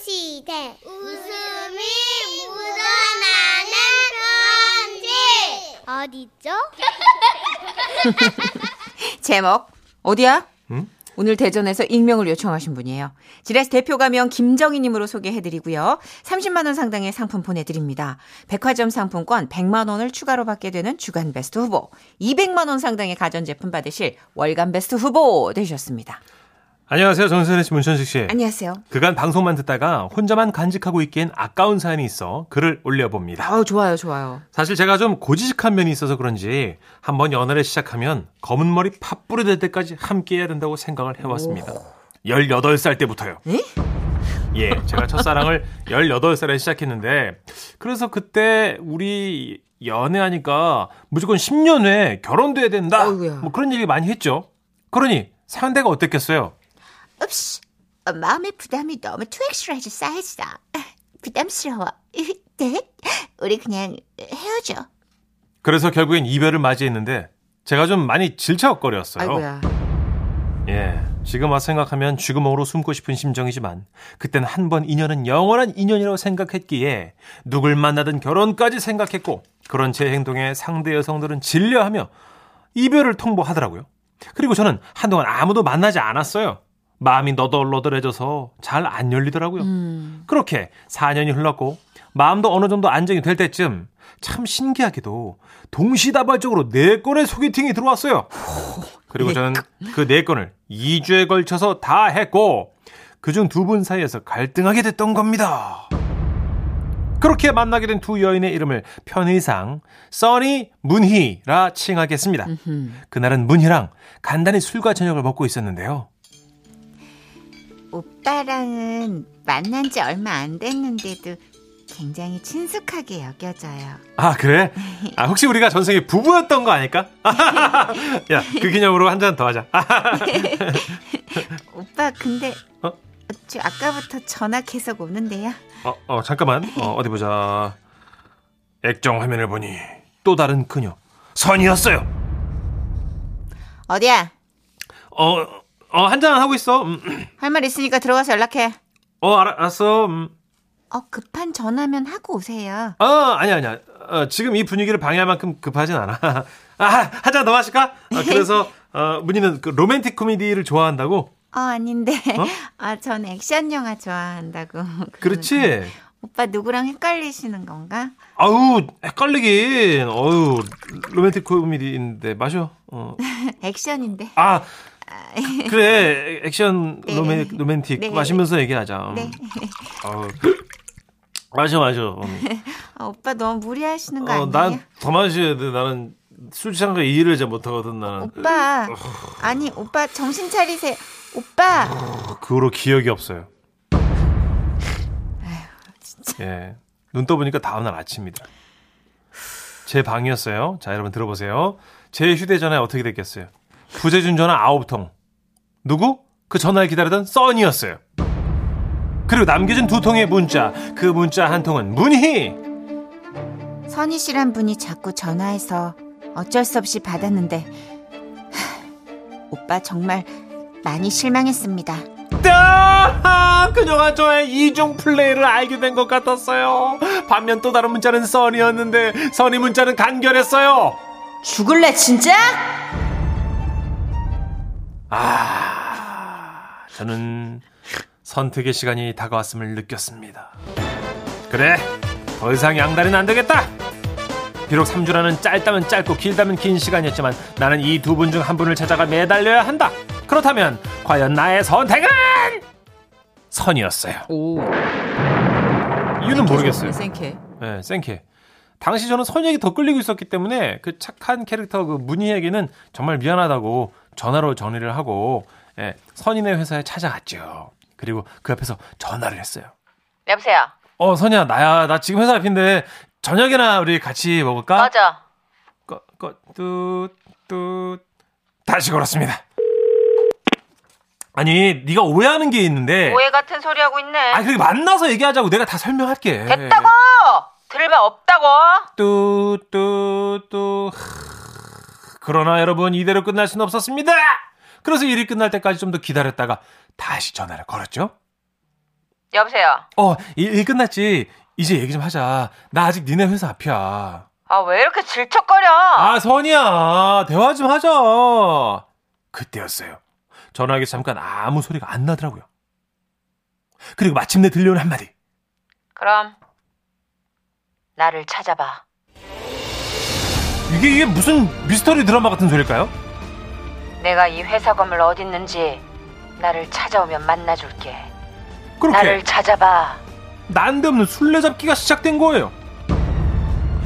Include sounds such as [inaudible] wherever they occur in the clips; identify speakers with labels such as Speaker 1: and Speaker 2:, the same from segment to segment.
Speaker 1: 시대 웃음이 묻어나는 편지 어디죠?
Speaker 2: 제목 어디야?
Speaker 3: 응?
Speaker 2: 오늘 대전에서 익명을 요청하신 분이에요. 지레스 대표 가명 김정희님으로 소개해드리고요. 30만 원 상당의 상품 보내드립니다. 백화점 상품권 100만 원을 추가로 받게 되는 주간 베스트 후보, 200만 원 상당의 가전제품 받으실 월간 베스트 후보 되셨습니다.
Speaker 3: 안녕하세요. 전선혜 씨, 문천식 씨.
Speaker 2: 안녕하세요.
Speaker 3: 그간 방송만 듣다가 혼자만 간직하고 있기엔 아까운 사연이 있어 글을 올려봅니다.
Speaker 2: 아우 좋아요, 좋아요.
Speaker 3: 사실 제가 좀 고지식한 면이 있어서 그런지 한번 연애를 시작하면 검은 머리 팥뿌리 될 때까지 함께 해야 된다고 생각을 해왔습니다. 18살 때부터요.
Speaker 2: 에?
Speaker 3: 예, 제가
Speaker 2: [laughs]
Speaker 3: 첫사랑을 18살에 시작했는데, 그래서 그때 우리 연애하니까 무조건 10년 후에 결혼돼야 된다.
Speaker 2: 아이고야.
Speaker 3: 뭐 그런 얘기 많이 했죠. 그러니 상대가 어땠겠어요?
Speaker 2: 없이 마음의 부담이 너무 투 엑스라이즈 쌓였어. 부담스러워. 네? 우리 그냥 헤어져.
Speaker 3: 그래서 결국엔 이별을 맞이했는데 제가 좀 많이 질척거렸어요.
Speaker 2: 아이고야.
Speaker 3: 예, 지금 와 생각하면 쥐구멍으로 숨고 싶은 심정이지만 그땐 한 번 인연은 영원한 인연이라고 생각했기에 누굴 만나든 결혼까지 생각했고 그런 제 행동에 상대 여성들은 질려하며 이별을 통보하더라고요. 그리고 저는 한동안 아무도 만나지 않았어요. 마음이 너덜너덜해져서 잘 안 열리더라고요. 그렇게 4년이 흘렀고 마음도 어느 정도 안정이 될 때쯤 참 신기하게도 동시다발적으로 네 건의 소개팅이 들어왔어요. 그리고 저는 그 네 건을 2주에 걸쳐서 다 했고 그중 두 분 사이에서 갈등하게 됐던 겁니다. 그렇게 만나게 된 두 여인의 이름을 편의상 써니 문희라 칭하겠습니다. 그날은 문희랑 간단히 술과 저녁을 먹고 있었는데요.
Speaker 4: 오빠랑은 만난 지 얼마 안 됐는데도 굉장히 친숙하게 여겨져요.
Speaker 3: 아 그래? 아 혹시 우리가 전생에 부부였던 거 아닐까? [laughs] 야 그 기념으로 한 잔 더 하자. 아,
Speaker 4: 오빠 근데
Speaker 3: 어?
Speaker 4: 저 아까부터 전화 계속 오는데요.
Speaker 3: 어, 어, 잠깐만 어, 어디 보자. 액정 화면을 보니 또 다른 그녀 선이었어요.
Speaker 4: 어디야?
Speaker 3: 어, 어, 한 잔 하고 있어. 음,
Speaker 4: 할 말 있으니까 들어가서 연락해.
Speaker 3: 어, 알- 알았어. 음.
Speaker 4: 어 급한 전화면 하고 오세요.
Speaker 3: 아, 아니야, 아니야. 어, 지금 이 분위기를 방해할 만큼 급하진 않아. [laughs] 아, 한 잔 더 마실까? 아, 그래서, 어, 문희는 그 로맨틱 코미디를 좋아한다고?
Speaker 4: 어 아닌데.
Speaker 3: 어?
Speaker 4: 아 전 액션 영화 좋아한다고.
Speaker 3: 그렇지?
Speaker 4: 오빠 누구랑 헷갈리시는 건가?
Speaker 3: 아우, 헷갈리긴. 어우, 로맨틱 코미디인데, 마셔. 어.
Speaker 4: 액션인데.
Speaker 3: [laughs] 아, 그래. 액션 로맨, 로맨틱.
Speaker 4: 네.
Speaker 3: 마시면서 얘기하자. 음. 아우. 마셔, 마셔. 음.
Speaker 4: 아, 오빠 너무 무리하시는 거
Speaker 3: 어,
Speaker 4: 아니에요?
Speaker 3: 난 더 마셔야 돼. 나는 술 취한 거 이해를 잘 못하거든, 나는.
Speaker 4: 오빠 아니 오빠 정신 차리세요. 오빠.
Speaker 3: 그 후로 기억이 없어요. 예. 눈 떠보니까 다음날 아침입니다. 제 방이었어요. 자, 여러분 들어보세요. 제 휴대전화 어떻게 됐겠어요? 부재중 전화 9통. 누구? 그 전화를 기다리던 써니였어요. 그리고 남겨진 두 통의 문자. 그 문자 한 통은 문희!
Speaker 4: 선희 씨란 분이 자꾸 전화해서 어쩔 수 없이 받았는데 하, 오빠 정말 많이 실망했습니다.
Speaker 3: 아, 그녀가 저의 이중 플레이를 알게 된 것 같았어요. 반면 또 다른 문자는 써니였는데, 써니 문자는 간결했어요.
Speaker 4: 죽을래 진짜?
Speaker 3: 아, 저는 선택의 시간이 다가왔음을 느꼈습니다. 그래, 더 이상 양다리는 안 되겠다. 비록 3주라는 짧다면 짧고 길다면 긴 시간이었지만 나는 이 두 분 중 한 분을 찾아가 매달려야 한다. 그렇다면 과연 나의 선택은 선이었어요.
Speaker 2: 오.
Speaker 3: 이유는 모르겠어요.
Speaker 2: 생케.
Speaker 3: 예, 생캐. 당시 저는 선혁이 더 끌리고 있었기 때문에 그 착한 캐릭터 그 문희에게는 정말 미안하다고 전화로 정리를 하고 예, 선인의 회사에 찾아갔죠. 그리고 그 앞에서 전화를 했어요.
Speaker 2: 여보세요.
Speaker 3: 어, 선이야, 나야. 나 지금 회사 앞인데 저녁이나 우리 같이 먹을까?
Speaker 2: 꺼져.
Speaker 3: 꺼, 꺼, 뚜, 뚜. 다시 걸었습니다. 아니, 네가 오해하는 게 있는데.
Speaker 2: 오해 같은 소리 하고 있네.
Speaker 3: 아, 그렇게 만나서 얘기하자고 내가 다 설명할게.
Speaker 2: 됐다고. 들을 바 없다고.
Speaker 3: 뚜뚜뚜 그러나 여러분 이대로 끝날 수는 없었습니다. 그래서 일이 끝날 때까지 좀 더 기다렸다가 다시 전화를 걸었죠.
Speaker 4: 여보세요.
Speaker 3: 어, 일, 일 끝났지. 이제 얘기 좀 하자. 나 아직 니네 회사 앞이야.
Speaker 4: 아 왜 이렇게 질척거려?
Speaker 3: 아, 선이야. 대화 좀 하자. 그때였어요. 전화기 잠깐 아무 소리가 안 나더라고요. 그리고 마침내 들려온 한마디.
Speaker 4: 그럼 나를 찾아봐.
Speaker 3: 이게 이게 무슨 미스터리 드라마 같은 소릴까요?
Speaker 4: 내가 이 회사 건물 어디 있는지 나를 찾아오면 만나줄게.
Speaker 3: 그렇게
Speaker 4: 나를 찾아봐.
Speaker 3: 난데없는 술래잡기가 시작된 거예요.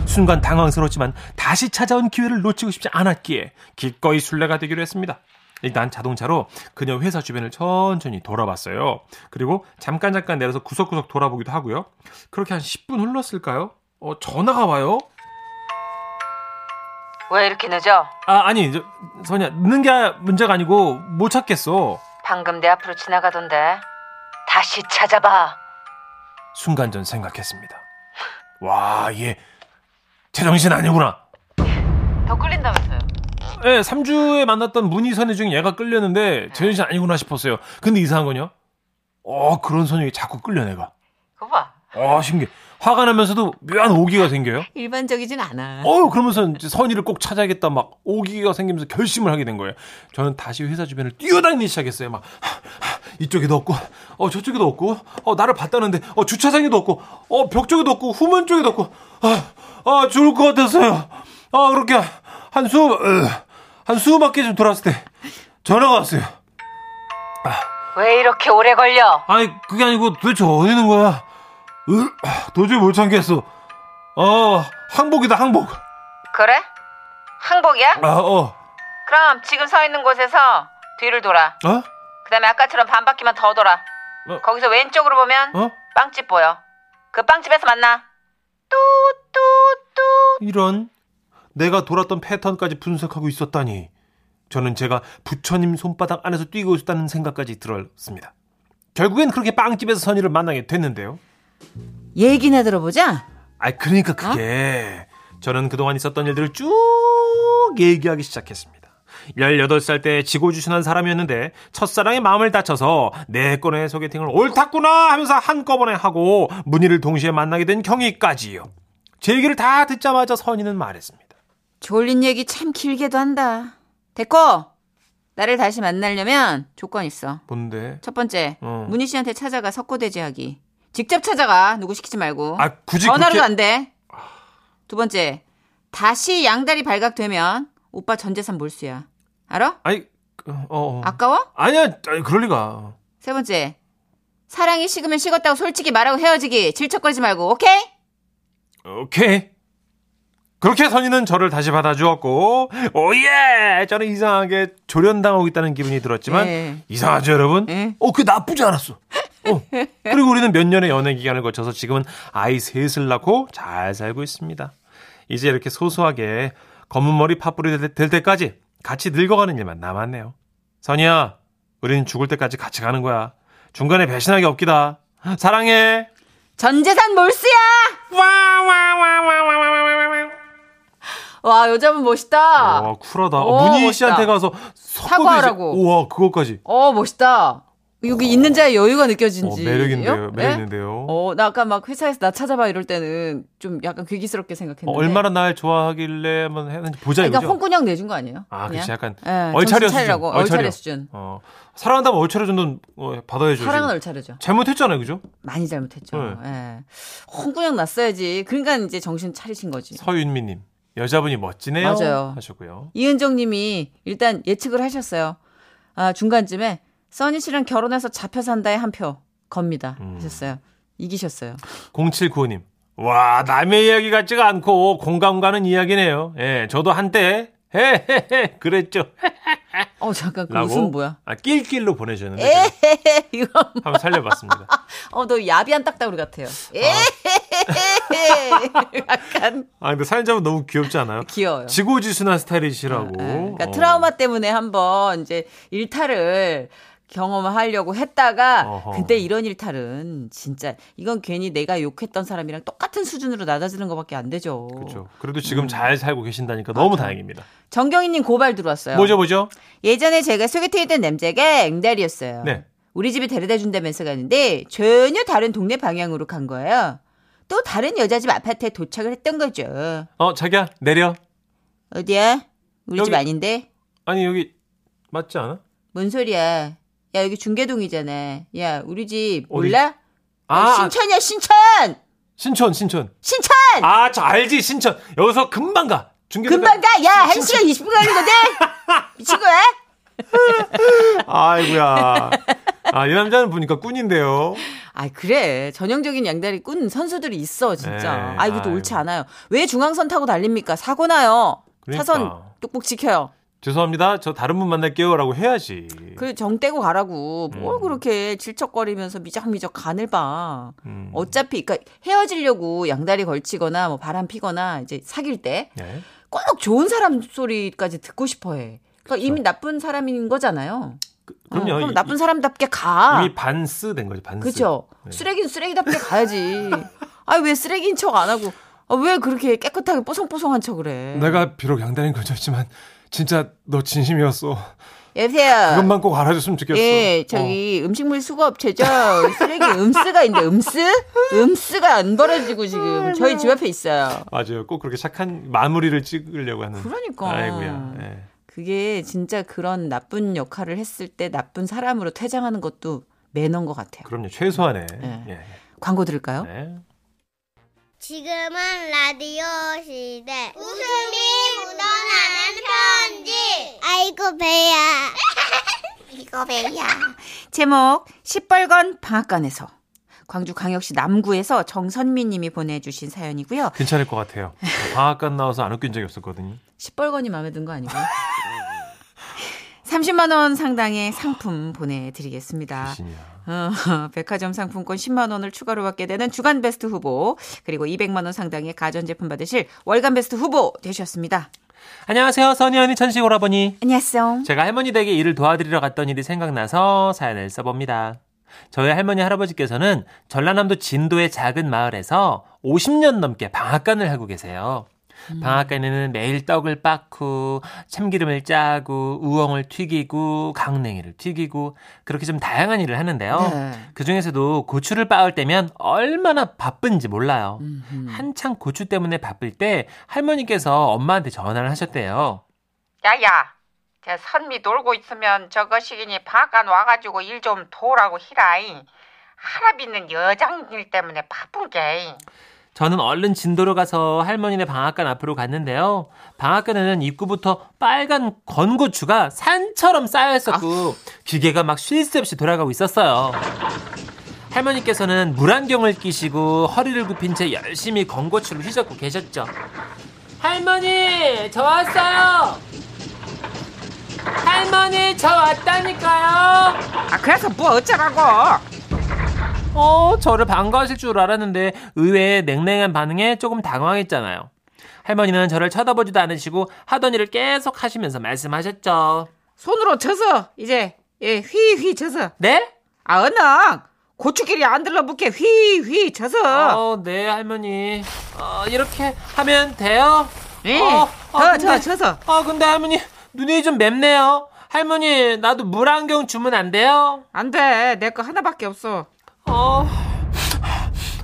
Speaker 3: 순간 당황스러웠지만 다시 찾아온 기회를 놓치고 싶지 않았기에 기꺼이 술래가 되기로 했습니다. 일단 자동차로 그녀 회사 주변을 천천히 돌아봤어요. 그리고 잠깐 잠깐 내려서 구석구석 돌아보기도 하고요. 그렇게 한 10분 흘렀을까요? 어, 전화가 와요.
Speaker 4: 왜 이렇게 늦어?
Speaker 3: 아, 아니, 저, 선이야. 늦는 게 문제가 아니고 못 찾겠어.
Speaker 4: 방금 내 앞으로 지나가던데. 다시 찾아봐.
Speaker 3: 순간 전 생각했습니다. 와, 얘 제정신 아니구나.
Speaker 4: 더 끌린다면서요?
Speaker 3: 예, 3주에 만났던 문희선이 중에 얘가 끌렸는데 제정신 아니구나 싶었어요. 근데 이상한 건요. 어, 그런 선이 자꾸 끌려 내가.
Speaker 4: 그거 봐.
Speaker 3: 아, 신기해. 화가 나면서도 묘한 오기가 생겨요.
Speaker 2: 일반적이진 않아.
Speaker 3: 어, 그러면서 이제 선의를 꼭 찾아야겠다 막 오기가 생기면서 결심을 하게 된 거예요. 저는 다시 회사 주변을 뛰어다니기 시작했어요. 막 하, 하, 이쪽에도 없고, 어 저쪽에도 없고, 어 나를 봤다는데, 어 주차장에도 없고, 어 벽 쪽에도 없고, 후문 쪽에도 없고, 아, 아 죽을 것 같았어요. 아 그렇게 한 수, 으, 한 수밖에 좀 돌았을 때 전화가 왔어요.
Speaker 4: 왜 이렇게 오래 걸려?
Speaker 3: 아니 그게 아니고 도대체 어디 있는 거야? 으, 아, 도저히 못 참겠어. 어 항복이다 항복.
Speaker 4: 그래? 항복이야?
Speaker 3: 아 어,
Speaker 4: 그럼 지금 서 있는 곳에서 뒤를 돌아.
Speaker 3: 어?
Speaker 4: 그다음에 아까처럼 반 바퀴만 더 돌아.
Speaker 3: 어?
Speaker 4: 거기서 왼쪽으로 보면
Speaker 3: 어?
Speaker 4: 빵집 보여. 그 빵집에서 만나. 뚜뚜뚜.
Speaker 3: 이런 내가 돌았던 패턴까지 분석하고 있었다니 저는 제가 부처님 손바닥 안에서 뛰고 있었다는 생각까지 들었습니다. 결국엔 그렇게 빵집에서 선이를 만나게 됐는데요.
Speaker 2: 얘기나 들어보자.
Speaker 3: 아 그러니까 그게 저는 그동안 있었던 일들을 쭉 얘기하기 시작했습니다. 18살 때 지고주신한 사람이었는데 첫사랑의 마음을 다쳐서 내 건의 소개팅을 옳았구나 하면서 한꺼번에 하고 문희를 동시에 만나게 된 경위까지요. 제 얘기를 다 듣자마자 선이는 말했습니다.
Speaker 2: 졸린 얘기 참 길게도 한다. 됐고 나를 다시 만나려면 조건 있어.
Speaker 3: 뭔데?
Speaker 2: 첫 번째
Speaker 3: 어.
Speaker 2: 문희 씨한테 찾아가 석고 대제하기. 직접 찾아가 누구 시키지 말고.
Speaker 3: 아 굳이
Speaker 2: 전화로도
Speaker 3: 그렇게
Speaker 2: 안 돼. 두 번째 다시 양다리 발각되면 오빠 전 재산 몰수야. 알아?
Speaker 3: 아니 그, 어, 어.
Speaker 2: 아까워?
Speaker 3: 아니야 아니, 그럴 리가
Speaker 2: 세 번째 사랑이 식으면 식었다고 솔직히 말하고 헤어지기. 질척거리지 말고 오케이?
Speaker 3: 오케이 그렇게 선이는 저를 다시 받아주었고 오예 저는 이상하게 조련당하고 있다는 기분이 들었지만
Speaker 2: 예.
Speaker 3: 이상하죠 여러분
Speaker 2: 예.
Speaker 3: 어 그게 나쁘지 않았어 어. 그리고 우리는 몇 년의 연애 기간을 거쳐서 지금은 아이 셋을 낳고 잘 살고 있습니다 이제 이렇게 소소하게 검은 머리 파뿌리 될, 될 때까지 같이 늙어가는 일만 남았네요 선이야 우리는 죽을 때까지 같이 가는 거야 중간에 배신하기 없기다 사랑해
Speaker 2: 전 재산 몰수야. 와 여자분 멋있다.
Speaker 3: 와 쿨하다. 아,
Speaker 2: 오,
Speaker 3: 문희
Speaker 2: 멋있다.
Speaker 3: 씨한테 가서 섞어드리지-
Speaker 2: 사과하라고.
Speaker 3: 우와 그거까지.
Speaker 2: 어 멋있다. 여기 있는 자의 여유가
Speaker 3: 어,
Speaker 2: 느껴진지.
Speaker 3: 매력인데요.
Speaker 2: 네?
Speaker 3: 매력인데요.
Speaker 2: 어, 나 아까 막 회사에서 나 찾아봐 이럴 때는 좀 약간 괴기스럽게
Speaker 3: 어,
Speaker 2: 생각했는데.
Speaker 3: 얼마나 날 좋아하길래 한번 했는지 보자
Speaker 2: 그러니까
Speaker 3: 이거죠.
Speaker 2: 홍군형 내준 거 아니에요?
Speaker 3: 아,
Speaker 2: 그냥?
Speaker 3: 그치 약간
Speaker 2: 예,
Speaker 3: 얼차려
Speaker 2: 정신 차리라고.
Speaker 3: 수준. 얼차려.
Speaker 2: 얼차려 수준.
Speaker 3: 어 사랑한다면 얼차려 정도는 어, 받아야죠.
Speaker 2: 사랑은
Speaker 3: 지금.
Speaker 2: 얼차려죠.
Speaker 3: 잘못했잖아요, 그죠?
Speaker 2: 많이 잘못했죠.
Speaker 3: 네.
Speaker 2: 예. 홍군형 났어야지. 그러니까 이제 정신 차리신 거지.
Speaker 3: 서윤미님 여자분이 멋지네요.
Speaker 2: 맞아요.
Speaker 3: 하셨고요.
Speaker 2: 이은정 님이 일단 예측을 하셨어요. 아, 중간쯤에 써니 씨랑 결혼해서 잡혀 산다에 한 표 겁니다.
Speaker 3: 음.
Speaker 2: 하셨어요. 이기셨어요.
Speaker 3: 0795님. 와, 남의 이야기 같지가 않고 공감 가는 이야기네요. 예, 저도 한때 헤헤헤 그랬죠.
Speaker 2: 어, 잠깐 그
Speaker 3: 라고
Speaker 2: 웃음 뭐야?
Speaker 3: 아, 낄낄로 보내주셨는데 제가
Speaker 2: 이거
Speaker 3: 한번 살려봤습니다.
Speaker 2: 어, 너 야비한 딱따구리 같아요. 예. [laughs] 약간
Speaker 3: 아 근데 사연자분 너무 귀엽지 않아요?
Speaker 2: 귀여워요.
Speaker 3: 지고지순한 스타일이시라고.
Speaker 2: 예, 그러니까
Speaker 3: 어.
Speaker 2: 트라우마 때문에 한번 이제 일탈을 경험하려고 했다가
Speaker 3: 어허.
Speaker 2: 근데 이런 일탈은 진짜 이건 괜히 내가 욕했던 사람이랑 똑같은 수준으로 낮아지는 것밖에 안 되죠.
Speaker 3: 그렇죠. 그래도 지금
Speaker 2: 음.
Speaker 3: 잘 살고 계신다니까 너무 다행입니다.
Speaker 2: 정경희님 고발 들어왔어요.
Speaker 3: 뭐죠, 뭐죠?
Speaker 2: 예전에 제가 소개팅했던 남자가 앵달이었어요.
Speaker 3: 네.
Speaker 2: 우리 집에 데려다 준다면서 가는데 전혀 다른 동네 방향으로 간 거예요. 또 다른 여자 집 아파트에 도착을 했던 거죠.
Speaker 5: 어, 자기야, 내려.
Speaker 2: 어디야? 우리
Speaker 5: 여기.
Speaker 2: 집 아닌데?
Speaker 5: 아니, 여기 맞지 않아?
Speaker 2: 뭔 소리야? 야 여기 중계동이잖아. 야 우리 집
Speaker 5: 어디?
Speaker 2: 몰라? 야,
Speaker 5: 아,
Speaker 2: 신천이야 신천!
Speaker 5: 신촌, 신촌.
Speaker 2: 신천!
Speaker 5: 아, 저 알지, 신촌. 여기서 금방 가. 중계
Speaker 2: 금방 가! 야 1시간 20분 걸리거든? 미친 거야?
Speaker 5: 아이고야. 아, 이 남자는 보니까 꾼인데요.
Speaker 2: 아 그래 전형적인 양다리 꾼 선수들이 있어 진짜
Speaker 5: 네,
Speaker 2: 아 이것도
Speaker 5: 아유.
Speaker 2: 옳지 않아요 왜 중앙선 타고 달립니까 사고 나요
Speaker 5: 그러니까. 예.
Speaker 2: 차선 뚝뚝 지켜요
Speaker 5: 죄송합니다. 저 다른 분 만날게요라고 해야지.
Speaker 2: 그정 떼고 가라고 뭘
Speaker 5: 음.
Speaker 2: 그렇게 질척거리면서 미적미적 간을 봐
Speaker 5: 음.
Speaker 2: 어차피 그러니까 헤어지려고 양다리 걸치거나 뭐 바람 피거나 이제 사귈
Speaker 3: 예.
Speaker 5: 네.
Speaker 2: 때 꼭 좋은 사람 소리까지 듣고 싶어해 그러니까 이미 나쁜 사람인 거잖아요
Speaker 5: 그럼요.
Speaker 2: 럼
Speaker 5: 이-
Speaker 2: 어, 나쁜 사람답게 가
Speaker 5: 이미 반스 된 거죠, 반스.
Speaker 2: 아. 그죠?
Speaker 5: 네.
Speaker 2: 쓰레기는 쓰레기답게 가야지. 아, 왜 쓰레기인 척 안 하고. 아, 왜 그렇게 깨끗하게 뽀송뽀송한 척을 해?
Speaker 5: 내가 비록 양다리는 걸쳤지만 진짜 너 진심이었어.
Speaker 2: 여보세요.
Speaker 5: 그것만 꼭 알아줬으면 좋겠어.
Speaker 2: 예, 저기 음식물 수거업체죠. 쓰레기 음쓰가 있는데 음쓰? 음쓰가 안 버려지고 지금 저희 집 앞에 있어요.
Speaker 5: 어, 맞아요. 꼭 그렇게 착한 마무리를 찍으려고 하는.
Speaker 2: 그러니까.
Speaker 5: 아이고야. 예.
Speaker 2: 그게 진짜 그런 나쁜 역할을 했을 때 나쁜 사람으로 퇴장하는 것도 매너인 것 같아요.
Speaker 5: 그럼요. 최소한의.
Speaker 2: 네.
Speaker 5: 예.
Speaker 2: 광고 들을까요?
Speaker 5: 네.
Speaker 1: 지금은 라디오 시대. 웃음이 묻어나는 편지. 아이고, 배야. [laughs] 이거 배야.
Speaker 2: 네. 제목 시뻘건 방앗간에서 광주 광역시 남구에서 정선미 님이 보내주신 사연이고요.
Speaker 5: 괜찮을
Speaker 2: [laughs]
Speaker 5: 것 같아요. 방학간 나와서 안 웃긴 적이 없었거든요.
Speaker 2: 시뻘건이 마음에 든 거 아니고요. 30만 원 상당의 상품 보내드리겠습니다.
Speaker 5: 귀신이야.
Speaker 2: 어, 백화점 상품권 10만 원을 추가로 받게 되는 주간 베스트 후보 그리고 200만 원 상당의 가전제품 받으실 월간 베스트 후보 되셨습니다.
Speaker 5: 안녕하세요. 선희 언니 천식 오라버니.
Speaker 2: 안녕하세요.
Speaker 5: 제가 할머니 댁에 일을 도와드리러 갔던 일이 생각나서 사연을 써봅니다. 저희 할머니 할아버지께서는 전라남도 진도의 작은 마을에서 50년 넘게 방앗간을 하고 계세요.
Speaker 2: 음.
Speaker 5: 방앗간에는 매일 떡을 빻고 참기름을 짜고 우엉을 튀기고 강냉이를 튀기고 그렇게 좀 다양한 일을 하는데요.
Speaker 2: 네.
Speaker 5: 그 중에서도 고추를 빻을 때면 얼마나 바쁜지 몰라요.
Speaker 2: 음흠.
Speaker 5: 한창 고추 때문에 바쁠 때 할머니께서 엄마한테 전화를 하셨대요.
Speaker 6: 야야, 저 선미 놀고 있으면 저거 시기니 방앗간 와가지고 일 좀 도우라고 히라이. 할아비는 여장 일 때문에 바쁜 게.
Speaker 5: 저는 얼른 진도로 가서 할머니네 방앗간 앞으로 갔는데요. 방앗간에는 입구부터 빨간 건고추가 산처럼 쌓여 있었고 기계가 막 쉴 새 없이 돌아가고 있었어요. 할머니께서는 물안경을 끼시고 허리를 굽힌 채 열심히 건고추를 휘젓고 계셨죠. 할머니, 저 왔어요. 할머니, 저 왔다니까요.
Speaker 2: 아 그래서 뭐 어쩌라고?
Speaker 5: 어, 저를 반가워하실 줄 알았는데 의외의 냉랭한 반응에 조금 당황했잖아요. 할머니는 저를 쳐다보지도 않으시고 하던 일을 계속 하시면서 말씀하셨죠.
Speaker 2: 손으로 쳐서 이제 예, 휘휘 쳐서
Speaker 5: 네?
Speaker 2: 아 언능 고추길이 안 들러붙게 휘휘 쳐서
Speaker 5: 어, 네, 할머니. 어, 이렇게 하면 돼요?
Speaker 2: 예.
Speaker 5: 어, 어,
Speaker 2: 더,
Speaker 5: 근데-
Speaker 2: 더 쳐서
Speaker 5: 아, 근데 할머니, 눈이 좀 맵네요. 할머니, 나도 물안경 주면 안 돼요?
Speaker 2: 안돼 내 거 하나밖에 없어
Speaker 5: 어,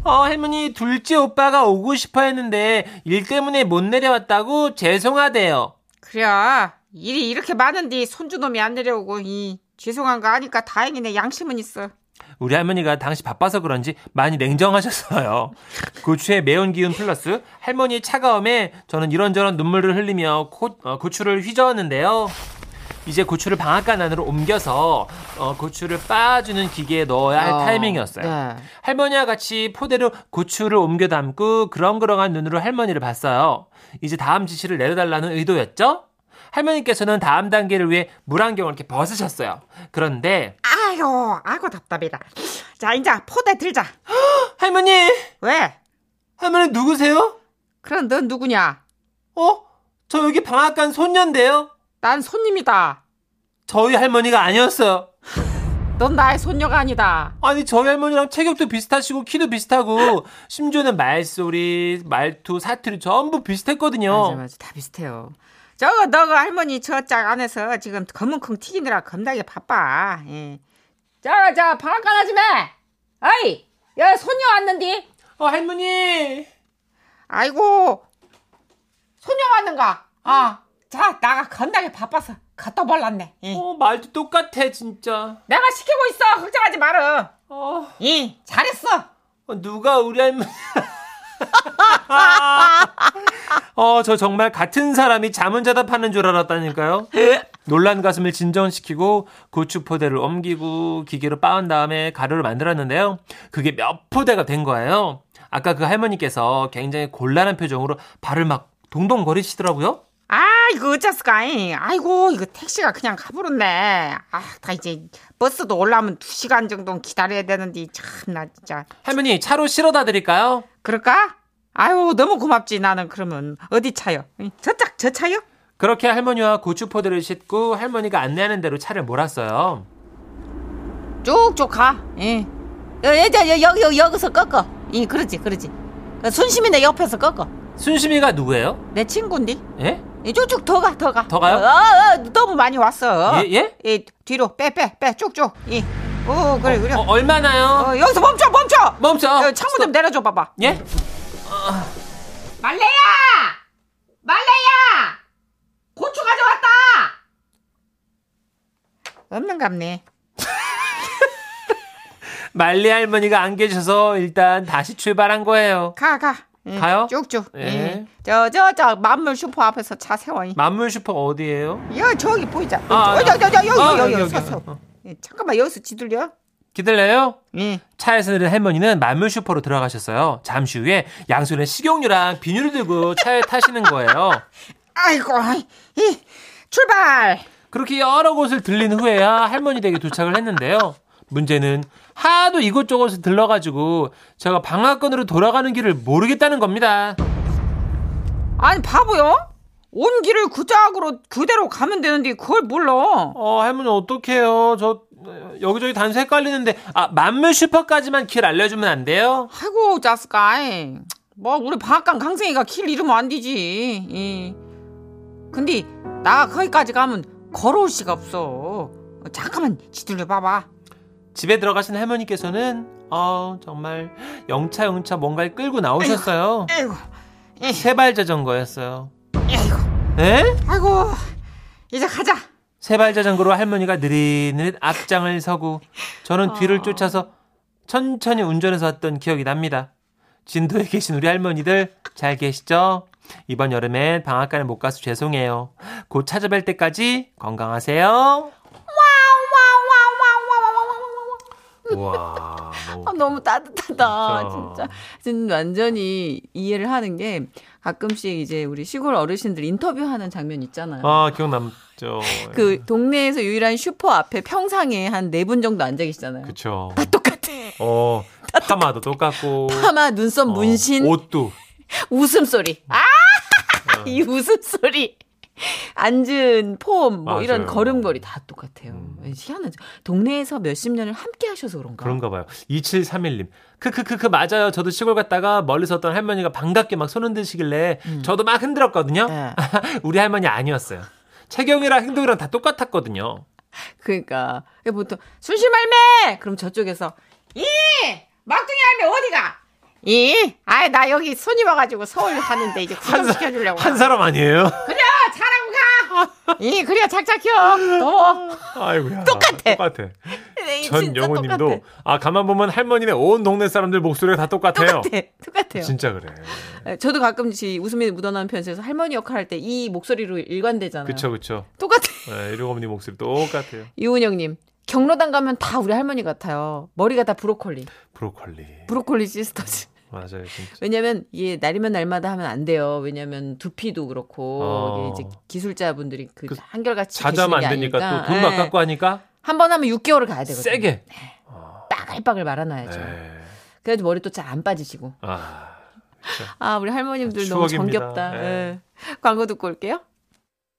Speaker 5: 어, 할머니, 둘째 오빠가 오고 싶어 했는데 일 때문에 못 내려왔다고 죄송하대요.
Speaker 2: 그래 일이 이렇게 많은데 손주놈이 안 내려오고 이 죄송한 거 아니까 다행이네 양심은 있어
Speaker 5: 우리 할머니가 당시 바빠서 그런지 많이 냉정하셨어요. 그 고추의 매운 기운 플러스 할머니의 차가움에 저는 이런저런 눈물을 흘리며 고, 추를 휘저었는데요. 이제 고추를 방앗간 안으로 옮겨서 어, 고추를 빻아주는 기계에 넣어야 할 타이밍이었어요. 할머니와 같이 포대로 고추를 옮겨 담고 그렁그렁한 눈으로 할머니를 봤어요. 이제 다음 지시를 내려달라는 의도였죠? 할머니께서는 다음 단계를 위해 물안경을 이렇게 벗으셨어요. 그런데
Speaker 2: 아유 아고 답답이다 자 이제 포대 들자
Speaker 5: 할머니!
Speaker 2: 왜
Speaker 5: 할머니 누구세요?
Speaker 2: 그럼 넌 누구냐
Speaker 5: 어? 저 여기 방앗간 손녀인데요?
Speaker 2: 난 손님이다
Speaker 5: 저희 할머니가 아니었어요.
Speaker 2: 넌 나의 손녀가 아니다
Speaker 5: 아니 저희 할머니랑 체격도 비슷하시고 키도 비슷하고 심지어는 말소리, 말투, 사투리 전부 비슷했거든요.
Speaker 2: 맞아 맞아 다 비슷해요. 저거 너그 할머니 저 짝 안에서 지금 검은콩 튀기느라 겁나게 바빠. 예.
Speaker 4: 자, 자, 방앗간 하지 마! 아이! 야, 소녀 왔는디?
Speaker 5: 어, 할머니!
Speaker 2: 아이고
Speaker 4: 소녀 왔는가? 아, 자, 나가 건나게 바빠서 갖다 벌랐네. 예.
Speaker 5: 어, 말도 똑같아, 진짜.
Speaker 4: 내가 시키고 있어! 걱정하지 마라!
Speaker 5: 어,
Speaker 4: 예, 잘했어!
Speaker 5: 누가 우리 할머니. [laughs] 어, 저 정말 같은 사람이 자문자답하는 줄 알았다니까요. 놀란 가슴을 진정시키고 고추 포대를 옮기고 기계로 빻은 다음에 가루를 만들었는데요. 그게 몇 포대가 된 거예요. 아까 그 할머니께서 굉장히 곤란한 표정으로 발을 막 동동거리시더라고요.
Speaker 2: 아 이거 어째서가 이 아이고 이거 택시가 그냥 가버렸네 아 다 이제 버스도 올라오면 두 시간 정도 기다려야 되는데 참나 진짜
Speaker 5: 할머니 차로 실어다 드릴까요?
Speaker 2: 그럴까? 아유 너무 고맙지 나는 그러면 어디 차요? 저짝 저 차요?
Speaker 5: 그렇게 할머니와 고추포대를 싣고 할머니가 안내하는 대로 차를 몰았어요.
Speaker 4: 쭉쭉 가. 예. 여, 여, 여, 여기, 여기, 여기서 꺾어. 예, 그러지, 그러지. 순심이 내 옆에서 꺾어.
Speaker 5: 순심이가 누구예요?
Speaker 4: 내 친구인데.
Speaker 5: 예?
Speaker 4: 예, 쭉쭉 더 가, 더 가.
Speaker 5: 더 가요?
Speaker 4: 어, 어, 어, 너무 많이 왔어.
Speaker 5: 예? 예?
Speaker 4: 예, 뒤로 빼, 빼, 빼, 쭉쭉. 예. 오, 그래, 그래.
Speaker 5: 어,
Speaker 4: 어,
Speaker 5: 얼마나요?
Speaker 4: 여기서 멈춰, 멈춰!
Speaker 5: 멈춰.
Speaker 4: 어, 창문 좀 내려줘 봐봐.
Speaker 5: 예?
Speaker 2: 말레야! 말레야! 고추 가져왔다! 없는갑네.
Speaker 5: 말리 할머니가 안 계셔서 일단 다시 출발한 거예요.
Speaker 2: 가, 가. 예,
Speaker 5: 가요?
Speaker 2: 쭉쭉.
Speaker 5: 예.
Speaker 2: 예. 저, 저, 저, 만물 슈퍼 앞에서 차 세워. 이.
Speaker 5: 만물 슈퍼 어디예요?
Speaker 2: 야, 저기 보이자.
Speaker 5: 아,
Speaker 2: 어, 저, 저, 저, 여기,
Speaker 5: 아,
Speaker 2: 여기,
Speaker 5: 여기,
Speaker 2: 여기,
Speaker 5: 여기.
Speaker 2: 서서. 예, 잠깐만, 여기서 지들려?
Speaker 5: 기다려요?
Speaker 2: 예.
Speaker 5: 차에서 내린 할머니는 만물 슈퍼로 들어가셨어요. 잠시 후에 양손에 식용유랑 비닐을 들고 차에 타시는 거예요.
Speaker 2: 아이고, 아이, 이, 출발!
Speaker 5: 그렇게 여러 곳을 들린 후에야 아, 할머니 댁에 도착을 했는데요. 문제는 하도 이곳저곳을 들러가지고 제가 방앗간으로 돌아가는 길을 모르겠다는 겁니다.
Speaker 4: 아니, 바보요? 온 길을 구작으로 그대로 가면 되는데 그걸 몰라.
Speaker 5: 어, 할머니 어떡해요. 저 어, 여기저기 단서 헷갈리는데 아, 만물 슈퍼까지만 길 알려주면 안 돼요?
Speaker 4: 아이고, 자스카이. 뭐, 우리 방앗간 강생이가 길 잃으면 안 되지. 예. 근데, 나 거기까지 가면 걸어올 수가 없어. 어, 잠깐만, 지들려 봐봐.
Speaker 5: 집에 들어가신 할머니께서는 어, 정말 영차영차 뭔가를 끌고 나오셨어요.
Speaker 2: 아이고,
Speaker 5: 세발 자전거였어요. 예?
Speaker 2: 아이고,
Speaker 5: 에?
Speaker 2: 아이고, 이제 가자.
Speaker 5: 세발 자전거로 할머니가 느릿느릿 앞장을 서고
Speaker 4: 어.
Speaker 5: 저는 뒤를 쫓아서 천천히 운전해서 왔던 기억이 납니다. 진도에 계신 우리 할머니들 잘 계시죠? 이번 여름엔 방앗간에 못 가서 죄송해요. 곧 찾아뵐 때까지 건강하세요. 와,
Speaker 4: 아, 너무 따뜻하다.
Speaker 5: 진짜.
Speaker 4: 진짜. 진짜 완전히 이해를 하는 게 가끔씩 이제 우리 시골 어르신들 인터뷰하는 장면 있잖아요.
Speaker 5: 아 기억남죠.
Speaker 4: 그 동네에서 유일한 슈퍼 앞에 평상에 한 네 분 정도 앉아 계시잖아요.
Speaker 5: 그쵸.
Speaker 4: 똑같아.
Speaker 5: 어 파마도 똑같고
Speaker 4: 파마, 눈썹,
Speaker 5: 어,
Speaker 4: 문신,
Speaker 5: 옷도 어.
Speaker 4: 웃음소리. 아! [laughs] 이 웃음소리. 앉은 폼, 뭐 이런
Speaker 5: 맞아요.
Speaker 4: 걸음걸이 다 똑같아요. 예, 희한하죠. 동네에서 몇십 년을 함께 하셔서 그런가.
Speaker 5: 그런가 봐요. 2731님. 크크크크 맞아요. 저도 시골 갔다가 멀리서 어떤 할머니가 반갑게 막 손 흔드시길래 저도 막 흔들었거든요.
Speaker 4: 네.
Speaker 5: [laughs] 우리 할머니 아니었어요. 체격이랑 행동이랑 다 똑같았거든요.
Speaker 4: 그러니까 보통 순심할매 그럼 저쪽에서
Speaker 2: 이, 막둥이 할매 어디가? 이, 아이, 나 여기 손님 와가지고 서울 가는데 이제 구경시켜주려고.
Speaker 5: 한 사람 아니에요? [laughs]
Speaker 2: 그래, 잘하고 가! 이, 그래, 착착혀. 더워.
Speaker 5: 아이고야. 똑같아. 똑같아.
Speaker 4: 네,
Speaker 5: 전 영호님도 아 가만 보면 할머니네 온 동네 사람들 목소리가 다 똑같아요. 네.
Speaker 4: 똑같아 똑같아요.
Speaker 5: 진짜 그래.
Speaker 4: 에, 저도 가끔씩 웃음이 묻어나는 편에서 할머니 역할 할 때 이 목소리로 일관되잖아요.
Speaker 5: 그쵸 그쵸.
Speaker 4: 똑같아.
Speaker 5: 네, 이러고님 목소리 똑같아요.
Speaker 4: 이은영님 경로당 가면 다 우리 할머니 같아요. 머리가 다 브로콜리.
Speaker 5: 네. 브로콜리.
Speaker 4: 브로콜리
Speaker 5: [laughs]
Speaker 4: 시스터즈.
Speaker 5: 맞아요 진짜.
Speaker 4: 왜냐면 이게 날이면 날마다 하면 안 돼요. 왜냐면 두피도 그렇고
Speaker 5: 어.
Speaker 4: 이게 이제 기술자분들이 그
Speaker 5: 그
Speaker 4: 한결같이 계시는
Speaker 5: 자자면 안
Speaker 4: 게
Speaker 5: 되니까
Speaker 4: 아니니까.
Speaker 5: 또 돈도
Speaker 4: 예. 네,
Speaker 5: 아깝고 하니까
Speaker 4: 한번 하면 6개월을 가야 되거든요.
Speaker 5: 세게.
Speaker 4: 빠글빠글 말아놔야죠.
Speaker 5: 네.
Speaker 4: 그래야지 머리 또 잘 안 빠지시고.
Speaker 5: 아.
Speaker 4: 아, 우리 할머님들 너무
Speaker 5: 추억입니다.
Speaker 4: 정겹다.
Speaker 5: 예.
Speaker 4: 예. 광고 듣고 올게요.